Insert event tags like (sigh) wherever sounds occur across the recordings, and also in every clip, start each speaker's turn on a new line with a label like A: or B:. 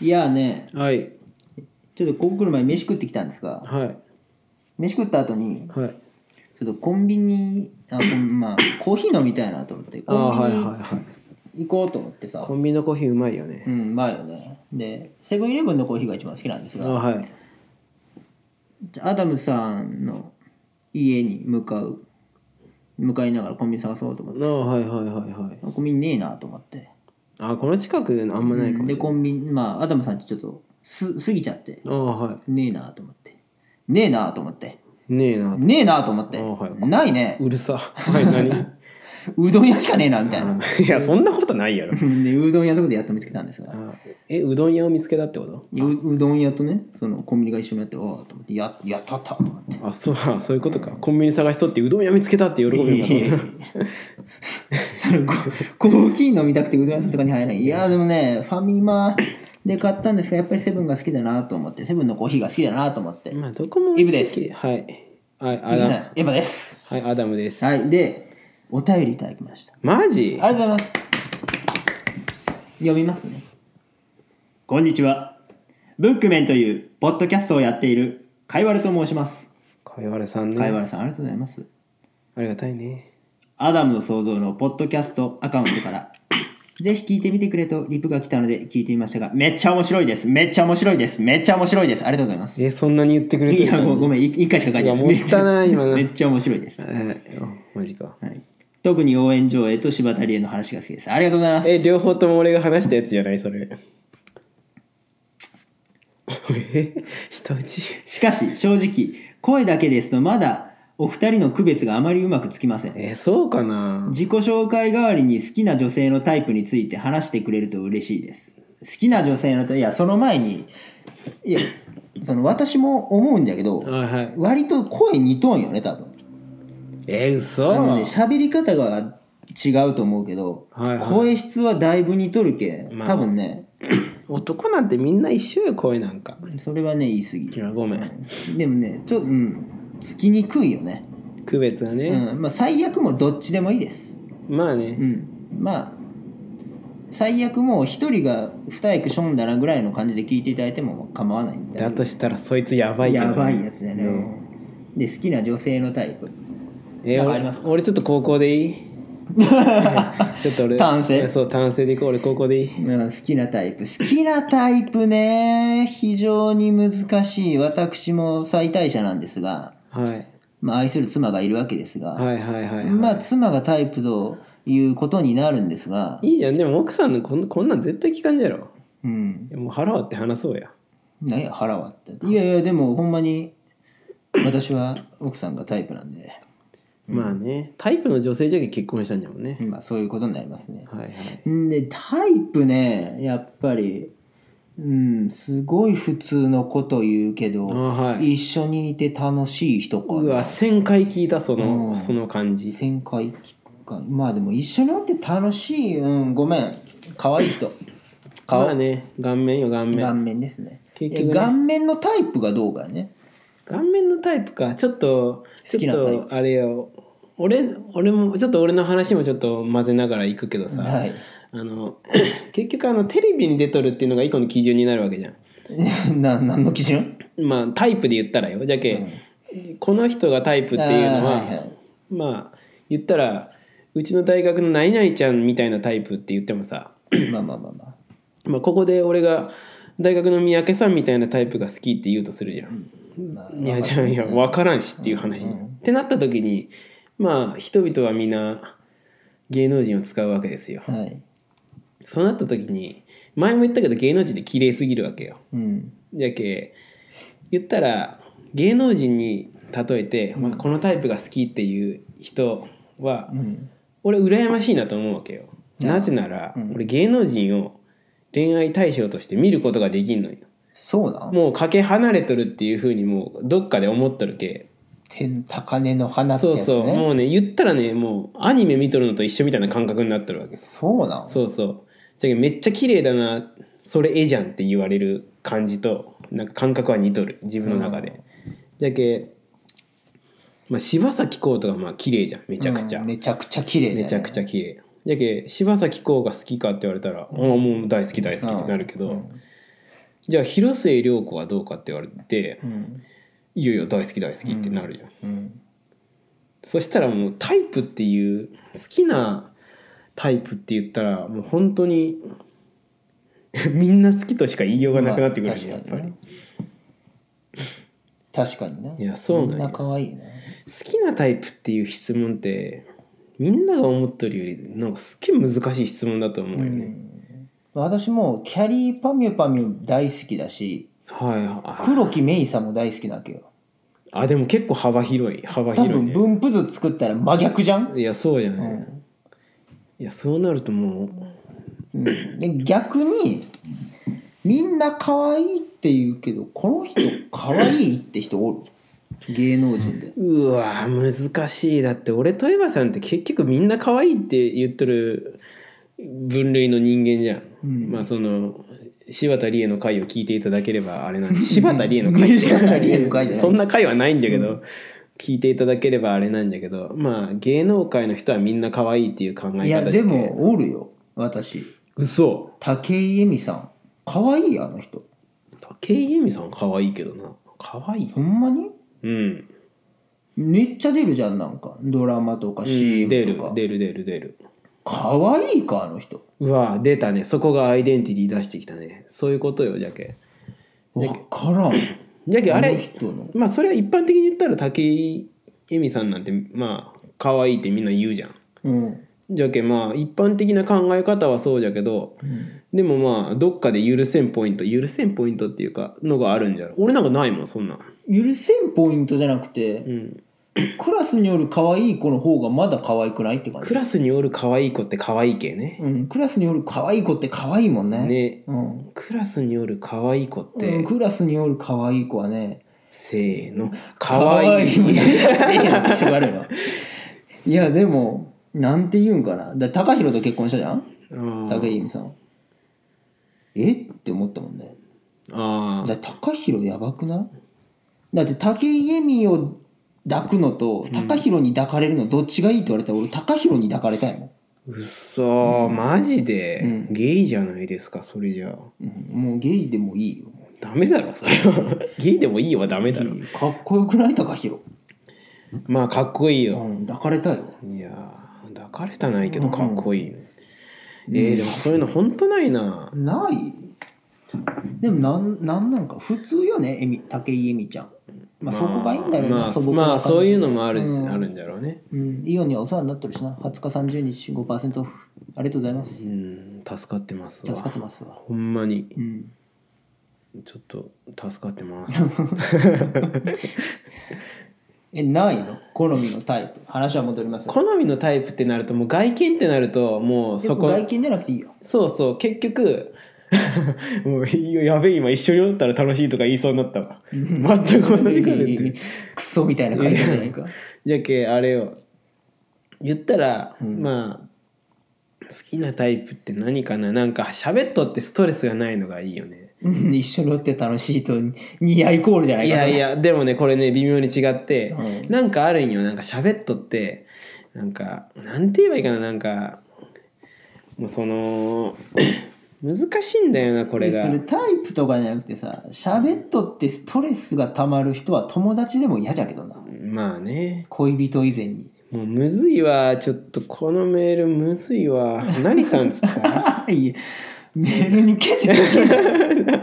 A: いやね
B: はい
A: ちょっとここ来る前に飯食ってきたんですが
B: はい
A: 飯食った後に
B: はい
A: ちょっとコンビニあこんまあコーヒー飲みたいなと思って
B: ああ
A: コ
B: はい
A: ンビ
B: はい
A: ニ
B: はい
A: 行こうと思ってさ
B: コンビニのコーヒーうまいよね
A: うんまあよねでセブンイレブンのコーヒーが一番好きなんです
B: あ
A: が
B: はい
A: アダムさんの家に向かう向かいながらコンビニ探そうと思って
B: あはいはいはいはい
A: コンビニねえなと思って
B: あこの近くあんまないかもし
A: で
B: れな
A: コ
B: い
A: ンビニまあアダムさんちちょっとす過ぎちゃって
B: あは
A: ねえなと思ってねえなと思って
B: いねえな
A: ねえなと思って、
B: あはい
A: ないね
B: うるさはい何 (laughs)
A: うどん屋しかねえなみたいな
B: いやそんなことないやろ
A: でうどん屋のとこでやっと見つけたんですが
B: あえうどん屋を見つけたってこと
A: ううどん屋とねそのコンビニが一緒にやっておおと思ってややったったと思って
B: あそうあそういうことかコンビニ探しとってうどん屋見つけたって喜ぶ
A: いやいやい
B: の
A: や
B: かと
A: それココーヒー飲みたくてうどん屋さんとかに入らないいやでもねファミマで買ったんですがやっぱりセブンが好きだなと思ってセブンのコーヒーが好きだなと思って
B: (laughs) まあどこも
A: イブです
B: 美味しいはいはい
A: い
B: ア
A: いじゃな
B: ダム
A: いエヴァです
B: はいアダムです
A: はいでお便りいただきました
B: マジ
A: ありがとうございます。読みますね。こんにちは。ブックメンというポッドキャストをやっているかいわれと申します。
B: かいわれさん
A: かいわ
B: ね
A: れさん、ありがとうございます。
B: ありがたいね
A: アダムの創造のポッドキャストアカウント (laughs) から、ぜひ聞いてみてくれとリプが来たので聞いてみましたが、めっちゃ面白いです。めっちゃ面白いです。めっちゃ面白いです。ありがとうございます。
B: えそんなに言ってくれて
A: い
B: る
A: や、
B: の
A: ごごめん、い一回しか書いてない。
B: いやもったいない今
A: (laughs)
B: の
A: めっちゃ面白いです。
B: はいあマジか
A: はい、特に応援上映と柴田理恵の話が好きです。ありがとうございます。
B: え両方とも俺が話したやつじゃないそれえ下打ち
A: しかし正直声だけですとまだお二人の区別があまりうまくつきません
B: えそうかな
A: 自己紹介代わりに好きな女性のタイプについて話してくれると嬉しいです好きな女性のタイプいやその前にいやその私も思うんだけど
B: はいはい
A: 割と声似とんよね多分
B: え嘘
A: あのね喋り方が違うと思うけど、
B: はいはい
A: 声質はだいぶ似とるけ
B: まあ
A: 多分ね
B: 男なんてみんな一緒よ声なんか
A: それはね言い過ぎ
B: いやごめん
A: でもねちょっとうんつきにくいよね
B: 区別がね、
A: うんまあ、最悪もどっちでもいいです、
B: まあ
A: う
B: ね、
A: ん、まあ最悪もう一人が二役しょんだなぐらいの感じで聞いていただいても構わないん
B: だとしたらそいつやばいけどね
A: やばいやつだよね、
B: うん
A: で好きな女性のタイプ
B: え
A: なんかあり
B: 俺
A: ますか
B: 俺ちょっと高校でい
A: (laughs)
B: いちょっと俺
A: 単性
B: そう単性でいこう俺高校でいい
A: うん、好きなタイプ好きなタイプね非常に難しい私も最大者なんですが、
B: はい
A: まあ、愛する妻がいるわけですが、
B: はいはいはい、はい、
A: まあ妻がタイプということになるんですが、
B: いいじゃんでも奥さんのこんこんなん絶対聞かんじゃろ
A: うん、
B: いやもう腹割って話そうや
A: 何や腹割っていやいやでもほんまに私は奥さんがタイプなんで、
B: まあねタイプの女性じゃけ結婚したんじゃもんね、
A: まあ、そういうことになりますね
B: はいはい
A: んでタイプねやっぱりうんすごい普通のこと言うけ
B: あ
A: ど
B: はい
A: 一緒にいて楽しい人か
B: うわ1,000回聞いたその、
A: うん
B: その感じ
A: 1000回聞くかまあでも一緒におって楽しいうんごめん可愛い人顔、
B: まあね顔面よ顔面
A: 顔面ですね
B: 結局ね
A: いや顔面のタイプがどうかね
B: 顔面のタイプかちょっと
A: 好き
B: ち
A: なタイプ
B: ょっとあれよ俺俺もちょっと俺の話もちょっと混ぜながらいくけどさ、
A: はい (laughs)
B: あの (coughs) 結局あのテレビに出とるっていうのが一個の基準になるわけじゃん
A: な何の基準
B: まあタイプで言ったらよじゃけ、この人がタイプっていうのは、
A: あーいはい
B: まあ言ったらうちの大学の何々ちゃんみたいなタイプって言ってもさ、
A: (coughs) まあまあまあま
B: まあ、ここで俺が大学の三宅さんみたいなタイプが好きって言うとするじゃん。
A: あ。
B: いやじゃあいや分からんしっていう話、
A: うんうん
B: ってなった時にまあ人々はみんな芸能人を使うわけですよ。
A: はい。
B: そうなった時に前も言ったけど芸能人って綺麗すぎるわけよ。
A: うん。
B: じゃけ言ったら芸能人に例えて、まあ、このタイプが好きっていう人は
A: うん。
B: 俺羨ましいなと思うわけよ
A: ああ
B: なぜなら、
A: うん
B: 俺芸能人を恋愛対象として見ることができんのよ
A: そうなん
B: もうかけ離れとるっていうふうにもうどっかで思っとるけ、
A: 天高根の花ってや
B: そう
A: つね。
B: そうもうね言ったらねもうアニメ見とるのと一緒みたいな感覚になっとるわけ
A: そうなん
B: そうそうじゃあめっちゃ綺麗だなそれ絵じゃんって言われる感じとなんか感覚は似とる自分の中で、じゃけまあ柴咲コウとかまあ綺麗じゃんめちゃくちゃ、
A: うんめちゃくちゃ綺麗だよね
B: めちゃくちゃ綺麗じゃけ柴咲コウが好きかって言われたら、ああもう大好き大好きってなるけど、
A: うん
B: じゃあ広末涼子はどうかって言われて
A: うん
B: いよいよ大好き大好きってなるじゃん、
A: うん
B: そしたらもうタイプっていう好きなタイプって言ったらもう本当に (laughs) みんな好きとしか言いようがなくなってくるし、
A: まあ
B: やっぱり
A: 確かにない
B: やそうなんよ
A: みんな可愛いね
B: 好きなタイプっていう質問ってみんなが思ってるよりなんかすっげえ難しい質問だと思うよね、
A: うん私もキャリーパミュパミュ大好きだし
B: はいあ
A: 黒木メイさんも大好きなわけよ
B: あでも結構幅広い幅
A: 多
B: 広い、
A: 分
B: ね、
A: 分布図作ったら真逆じゃん、
B: いやそうじゃ
A: う
B: ない、
A: ん
B: いやそうなるとも
A: う
B: う
A: んで逆にみんな可愛いって言うけどこの人可愛いって人おる芸能人で
B: うわー難しいだって俺とエヴァさんって結局みんな可愛いって言っとる分類の人間じゃん、
A: うん
B: まあその柴田理恵の回を聞いていただければあれなんで柴田理恵の回
A: 柴田理恵の回じゃない
B: そんな回はないんだけど、聞いていただければあれなんだけどまあ芸能界の人はみんな可愛いっていう考え方
A: いやでもおるよ私
B: 嘘
A: 武井絵美さん可愛いあの人
B: 武井絵美さん可愛いけどな可愛い
A: ほんまに
B: うん
A: めっちゃ出るじゃんなんかドラマとか
B: 出
A: CM
B: る
A: とか、
B: 出る出る出る
A: 可愛いかあの人
B: うわ出たねそこがアイデンティティ出してきたねそういうことよじゃけ
A: 分からん
B: じゃけあ
A: あの
B: れ
A: 人の
B: まあそれは一般的に言ったら武井絵美さんなんてまあ可愛いってみんな言うじゃん
A: うん、
B: じゃけまあ一般的な考え方はそうじゃけど
A: うん
B: でもまあどっかで許せんポイント許せんポイントっていうかのがあるんじゃろ俺なんかないもんそんなん
A: 許せんポイントじゃなくて、
B: うん
A: クラスによる可愛い子の方がまだ可愛くないって感じ
B: クラスにおる可愛い子って可愛い系ね
A: うん、クラスによる可愛い子って可愛いもんね。
B: ね
A: うん
B: クラスにおる可愛い子っ
A: う
B: て
A: ん、クラスによる可愛い子はね、
B: せーの可愛い
A: 可愛い (laughs) ねしょうがないわいや、でも、なんて言うんかな。だ高弘と結婚したじゃん
B: うん
A: 高井由美さん。えって思ったもんね。
B: ああ
A: だ高弘やばくないだって高井由美を抱くのと高弘に抱かれるのどっちがいいって言われたら俺高弘に抱かれたいも
B: うっそーマジで、
A: うん
B: ゲイじゃないですかそれじゃあ
A: ん、うん、もうゲイでもいいよ
B: ダメだろそれは (laughs) ゲイでもいいよはダメだろ
A: いいよかっこよくない高弘、
B: まあかっこいいうよ、
A: ん、抱かれたいわ
B: いやー抱かれたないけどかっこいい、ね
A: うん
B: えーでもそういうのほんとないな
A: ないでもなんなんなんか普通よねえみ武井絵美ちゃん、まあ、そこがいいんだろうな、
B: まあ、
A: 素朴な
B: まあ
A: 感じ
B: そういうのもある,、
A: うん
B: あるんだろうね
A: うん、イオンにはお世話になってるしな20日30日5%オフありがとうございます
B: うん助かってますわ
A: 助かってますわ
B: ほんまに
A: うん
B: ちょっと助かってます (laughs)
A: えないの好みのタイプ話は戻りますよ
B: 好みのタイプってなるともう外見ってなるともうそこ
A: 外見じゃなくていいよ
B: そうそう結局 (laughs) もういいよやべえ今一緒におったら楽しいとか言いそうになったわ全く同じこと言ってる
A: クソみたいな感じじゃないか
B: じゃけあれよ言ったら、
A: うん
B: まあ好きなタイプって何かななんか喋っとってストレスがないのがいいよね
A: うん一緒におって楽しいと似合いコールじゃない
B: い
A: か
B: やいやでもねこれね微妙に違って、
A: それうん
B: なんかあるんよなんか喋っとってなんかなんて言えばいいかななんかもうその (clears throat) 難しいんだよなこれが
A: それタイプとかじゃなくてさ喋っとってストレスがたまる人は友達でも嫌じゃけどな
B: まあね
A: 恋人以前
B: (laughs)
A: に
B: もうむずいわちょっとこのメールむずいわ何さんっつった
A: (laughs) いえメールにケチだけだ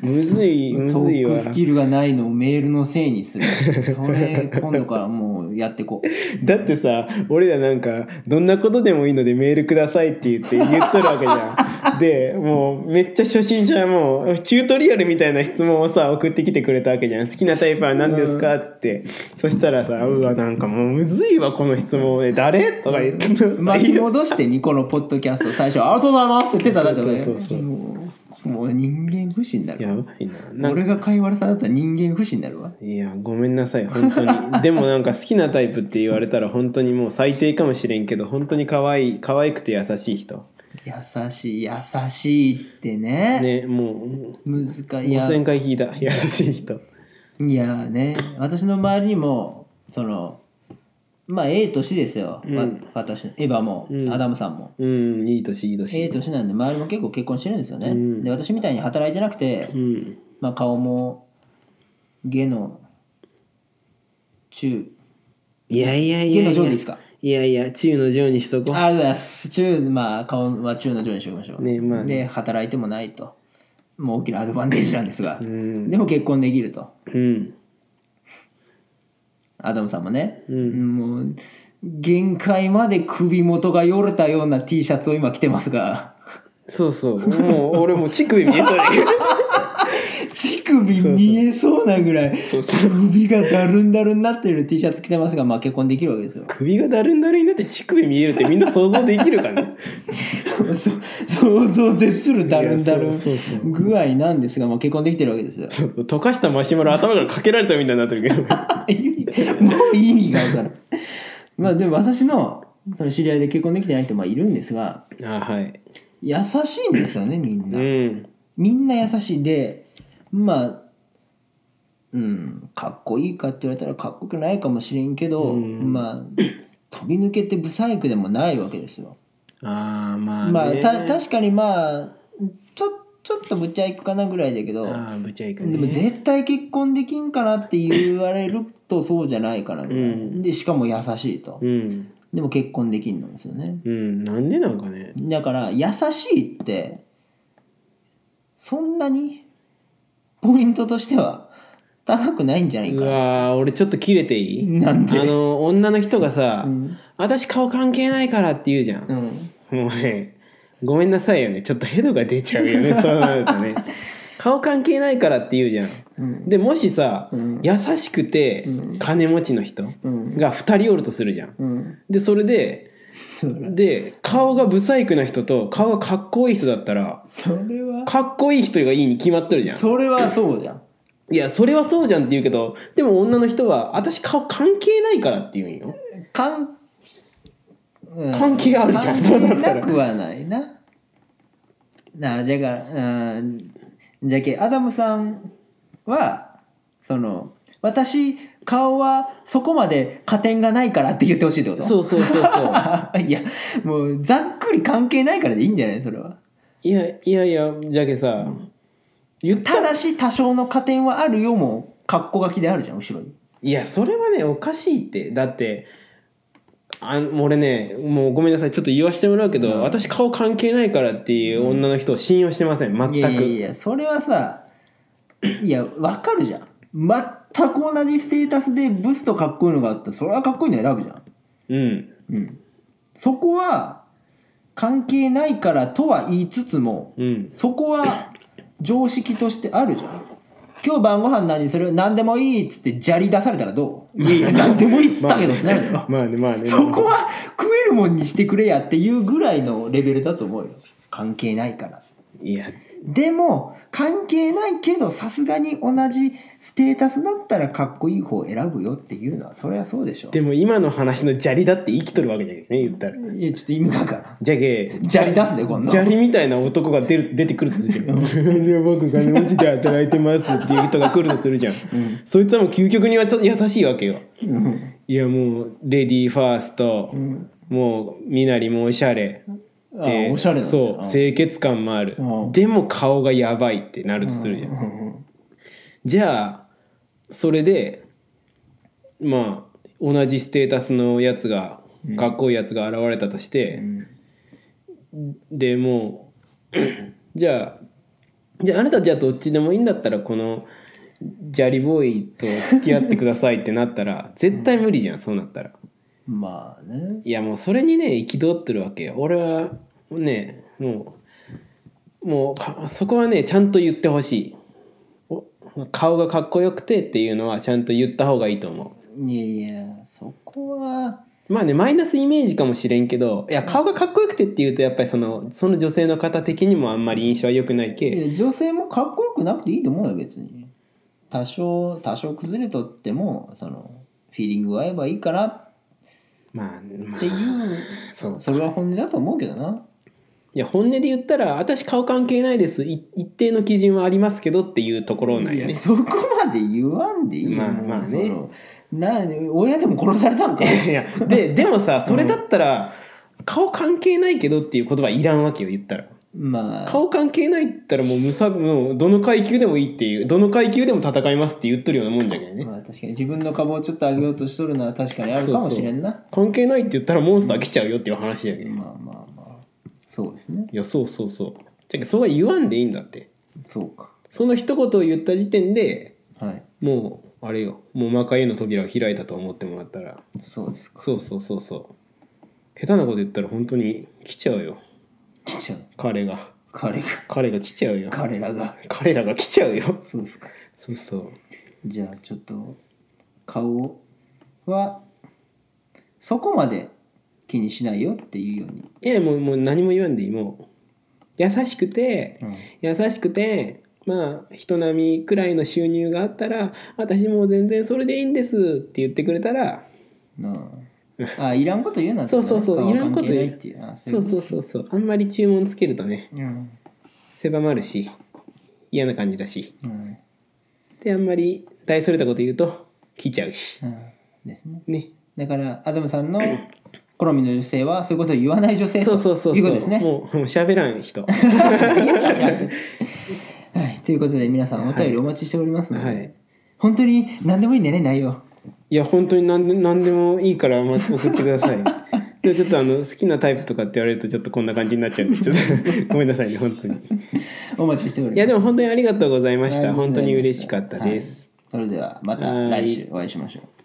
B: むずいむ
A: ト
B: ずい
A: ー
B: わ
A: クスキルがないのをメールのせいにす
B: (laughs)
A: るそれ今度からもうやってこう
B: だってさ俺らなんかどんなことでもいいのでメールくださいって言って言っとるわけじゃんでもうめっちゃ初心者はもうチュートリアルみたいな質問をさ送ってきてくれたわけじゃん好きなタイプは何ですかっつってそしたらさうわなんかもうむずいわこの質問で誰とか言ってた
A: 巻き戻してみこのポッドキャスト最初「ありがとうございます」って言ってただって
B: そうそうそうそう
A: もうもう人間不信になる
B: やばいななんか
A: 俺が貝原さんだったら人間不信になるわ
B: いやごめんなさい本当に (laughs) でもなんか好きなタイプって言われたら本当にもう最低かもしれんけど本当に可愛い可愛くて優しい人
A: 優しい優しいってね
B: ねも
A: 難し
B: う
A: いや
B: 5000回聞いた優しい人
A: いやーね私の周りにもそのまあええ年ですよ、
B: うん
A: わ私エヴァも、
B: うん
A: アダムさんも
B: うんいい年いい年
A: ええ年なんで周りも結構結婚してるんですよね、
B: うん
A: で私みたいに働いてなくて、
B: うん
A: まあ、顔も下の中
B: いやいやい
A: 下
B: や
A: の上
B: い
A: で
B: や
A: いいですか
B: いやいや中の上にしとこ
A: ありがとうございます中まあ顔は中の上にしておきましょう
B: ねまあね
A: で働いてもないともう大きなアドバンテージなんですが
B: う、ん
A: でも結婚できると
B: うん
A: アダムさんもね、
B: うん
A: もう限界まで首元がよれたような T シャツを今着てます
B: (laughs)
A: が
B: そうそうもう俺もう乳首見えとる (laughs)
A: 乳首見えそうなぐらい
B: そうそう
A: 首がだるんだるんなってる T シャツ着てますが、まあ、結婚できるわけですよ
B: 首がだるんだるになって乳首見えるってみんな想像できるかね (laughs)
A: そ (laughs) 想像を絶するだるんだる
B: いや
A: ん
B: そうそうそう
A: 具合なんですが、まあ、結婚できてるわけですよ
B: 溶かしたマシュマロ頭からかけられたみたいになってるけど
A: (laughs)
B: (laughs)
A: もう意味が分からんまあでも私のその知り合いで結婚できてない人もいるんですが
B: あはい
A: 優しいんですよねみん
B: う
A: な、
B: ん
A: みんな優しいでまあうんかっこいいかって言われたらかっこよくないかもしれんけど、
B: うん
A: まあ飛び抜けて不細工でもないわけですよ。
B: ああまあ、ね、
A: まあた確かにまあちょちょっとぶっちゃいくかなぐらいだけど、
B: ああぶちゃいく
A: で
B: ね
A: も絶対結婚できんかなって言われるとそうじゃないかなぐらい、
B: うん
A: でしかも優しいと、
B: うん
A: でも結婚できんのですよね
B: うんなんでなんかね
A: だから優しいってそんなにポイントとしては高くないんじゃないうかな
B: わー俺ちょっと切れていい
A: なん
B: あ
A: で
B: の女の人がさ、
A: うん
B: 私顔関係ないからって言うじゃん
A: う、ん
B: もうねごめんなさいよねちょっとヘドが出ちゃうよ
A: (laughs)
B: ねそうなるとね顔関係ないからって言うじゃん
A: うん
B: でもしさ、
A: うん
B: 優しくて
A: うん
B: 金持ちの人
A: うん
B: が2人おるとするじゃん
A: うん
B: でそれで
A: それ
B: で顔がブサイクな人と顔がかっこいい人だったら
A: それは
B: かっこいい人がいいに決まっとるじゃん
A: それはそうじゃん
B: いやそれはそうじゃんって言うけどでも女の人は私顔関係ないからって言うんよ
A: 関うん
B: 関係あるじゃ
A: 関
B: んそう
A: 係
B: なったら
A: なくはないな。なあじゃがうんじゃけアダムさんはその私顔はそこまで加点がないからって言ってほしいってこと
B: そうそうそうそう
A: (laughs) いやもうざっくり関係ないからでいいんじゃないそれはい
B: や (laughs) いやいやじゃけさ、言った
A: た
B: ら
A: だし多少の加点はあるよもう格好書きであるじゃん後ろに
B: いやそれはねおかしいってだってあ俺ねもうごめんなさいちょっと言わせてもらうけど、
A: うん
B: 私顔関係ないからっていう女の人を信用してません全く
A: いやいやいやそれはさいやわかるじゃん全く同じステータスでブスとかっこいいのがあったらそれはかっこいいの選ぶじゃん、
B: うん
A: うん、そこは関係ないからとは言いつつも
B: うん
A: そこは常識としてあるじゃん今日晩ご飯何する何でもいいっつって砂利出されたらどういやいや
B: (laughs)
A: 何でもいいっつったけどってなるじゃん、
B: まあねまあね
A: そこは食えるもんにしてくれやっていうぐらいのレベルだと思うよ関係ないから
B: いや
A: でも関係ないけどさすがに同じステータスだったらかっこいい方を選ぶよっていうのはそりゃそうでしょ
B: でも今の話の砂利だって生きとるわけじゃんね言ったら
A: いやちょっと意味がわから
B: じゃけ
A: ん砂利出すで今度
B: 砂利みたいな男が出る出てくるとするじゃんで僕金持ちで働いてますっていう人が来るとするじゃん、
A: ん
B: そいつはもう究極にはちょ優しいわけよ
A: うん
B: いやもうレディーファースト、
A: ん
B: もう身なりもおしゃれ、
A: あ
B: で
A: おしゃれなんだ
B: そう清潔感もある
A: うん
B: でも顔がやばいってなるとするじゃん、
A: うん
B: じゃあそれでまあ同じステータスのやつがかっこいいやつが現れたとして、でも (clears throat) うじゃあじゃああなたじゃあどっちでもいいんだったらこのジャリボーイと付き合ってくださいってなったら絶対無理じゃんそうなったら
A: まあね
B: いやもうそれにね憤ってるわけよ俺はねもうもうかそこはねちゃんと言ってほしいお顔がかっこよくてっていうのはちゃんと言った方がいいと思
A: いやいやそこは
B: うまあねマイナスイメージかもしれんけどいや顔がかっこよくてっていうとやっぱりそのその女性の方的にもあんまり印象は良くないけ、
A: いや女性もかっこよくなくていいと思うよ別に多少多少崩れとってもそのフィーリングが合えばいいかなっ
B: まあ、まあ、
A: ていう
B: そう
A: それは本音だと思うけどな
B: いや本音で言ったら私顔関係ないですい一定の基準はありますけどっていうところなんよ
A: い
B: ね
A: やそこまで言わんでいいよ
B: まあ
A: もう
B: まあね
A: そのな親でも殺されたんか
B: (laughs) いやででもさそれだったら、顔関係ないけどっていう言葉いらんわけよ言ったら
A: まあ
B: 顔関係ないって言ったらもうむさもうどの階級でもいいっていうどの階級でも戦いますって言っとるようなもんじゃけどね
A: まあ確かに自分の株をちょっと上げようとしとるのは確かにあるかもしれんな
B: 関係ないって言ったらモンスター来ちゃうよっていう話やけど、い
A: まあまあまあそうですね
B: やそうそうそうじゃけそれは言わんでいいんだって
A: そうか
B: その一言を言った時点で
A: はい
B: もうあれよもう魔界への扉を開いたと思ってもらったら
A: そうですか
B: そうそうそうそう下手なこと言ったら本当に来ちゃうよ
A: 来ちゃう
B: 彼が
A: 彼が
B: 彼が来ちゃうよ
A: 彼らが
B: 彼らが来ちゃうよ
A: そうですか
B: そうそう
A: じゃあちょっと顔はそこまで気にしないよっていうように、
B: いやもうもう何も言わんでいいもう優しくて優しくてまあ人並みくらいの収入があったら私もう全然それでいいんですって言ってくれたら
A: なああいらんこと言うな
B: そうそうそう
A: 顔
B: いらんこと言う
A: 関係ないっていうあ
B: そう
A: い
B: そうそうそうあんまり注文つけるとね
A: う、うん
B: 狭まるし嫌な感じだし
A: うん
B: であんまり大それたこと言うと来ちゃうし
A: うん、ですね
B: ね
A: だからアダムさんの好みの女性はそういうことを言わない女性と
B: そうそうそうそう
A: いうことですね
B: もうもう喋らん人
A: いや喋らんとはい、ということで皆さんお便りお待ちしておりますので、
B: はい
A: 本当に何でもいいんでね内容
B: いや本当に何で何でもいいからま送ってくださいでもちょっとあの好きなタイプとかって言われるとちょっとこんな感じになっちゃうんでちょっとごめんなさいね本当に
A: お待ちしております
B: いやでも本当にありがとうございました本当に嬉しかった
A: はい
B: です、
A: それではまた来週お会いしましょう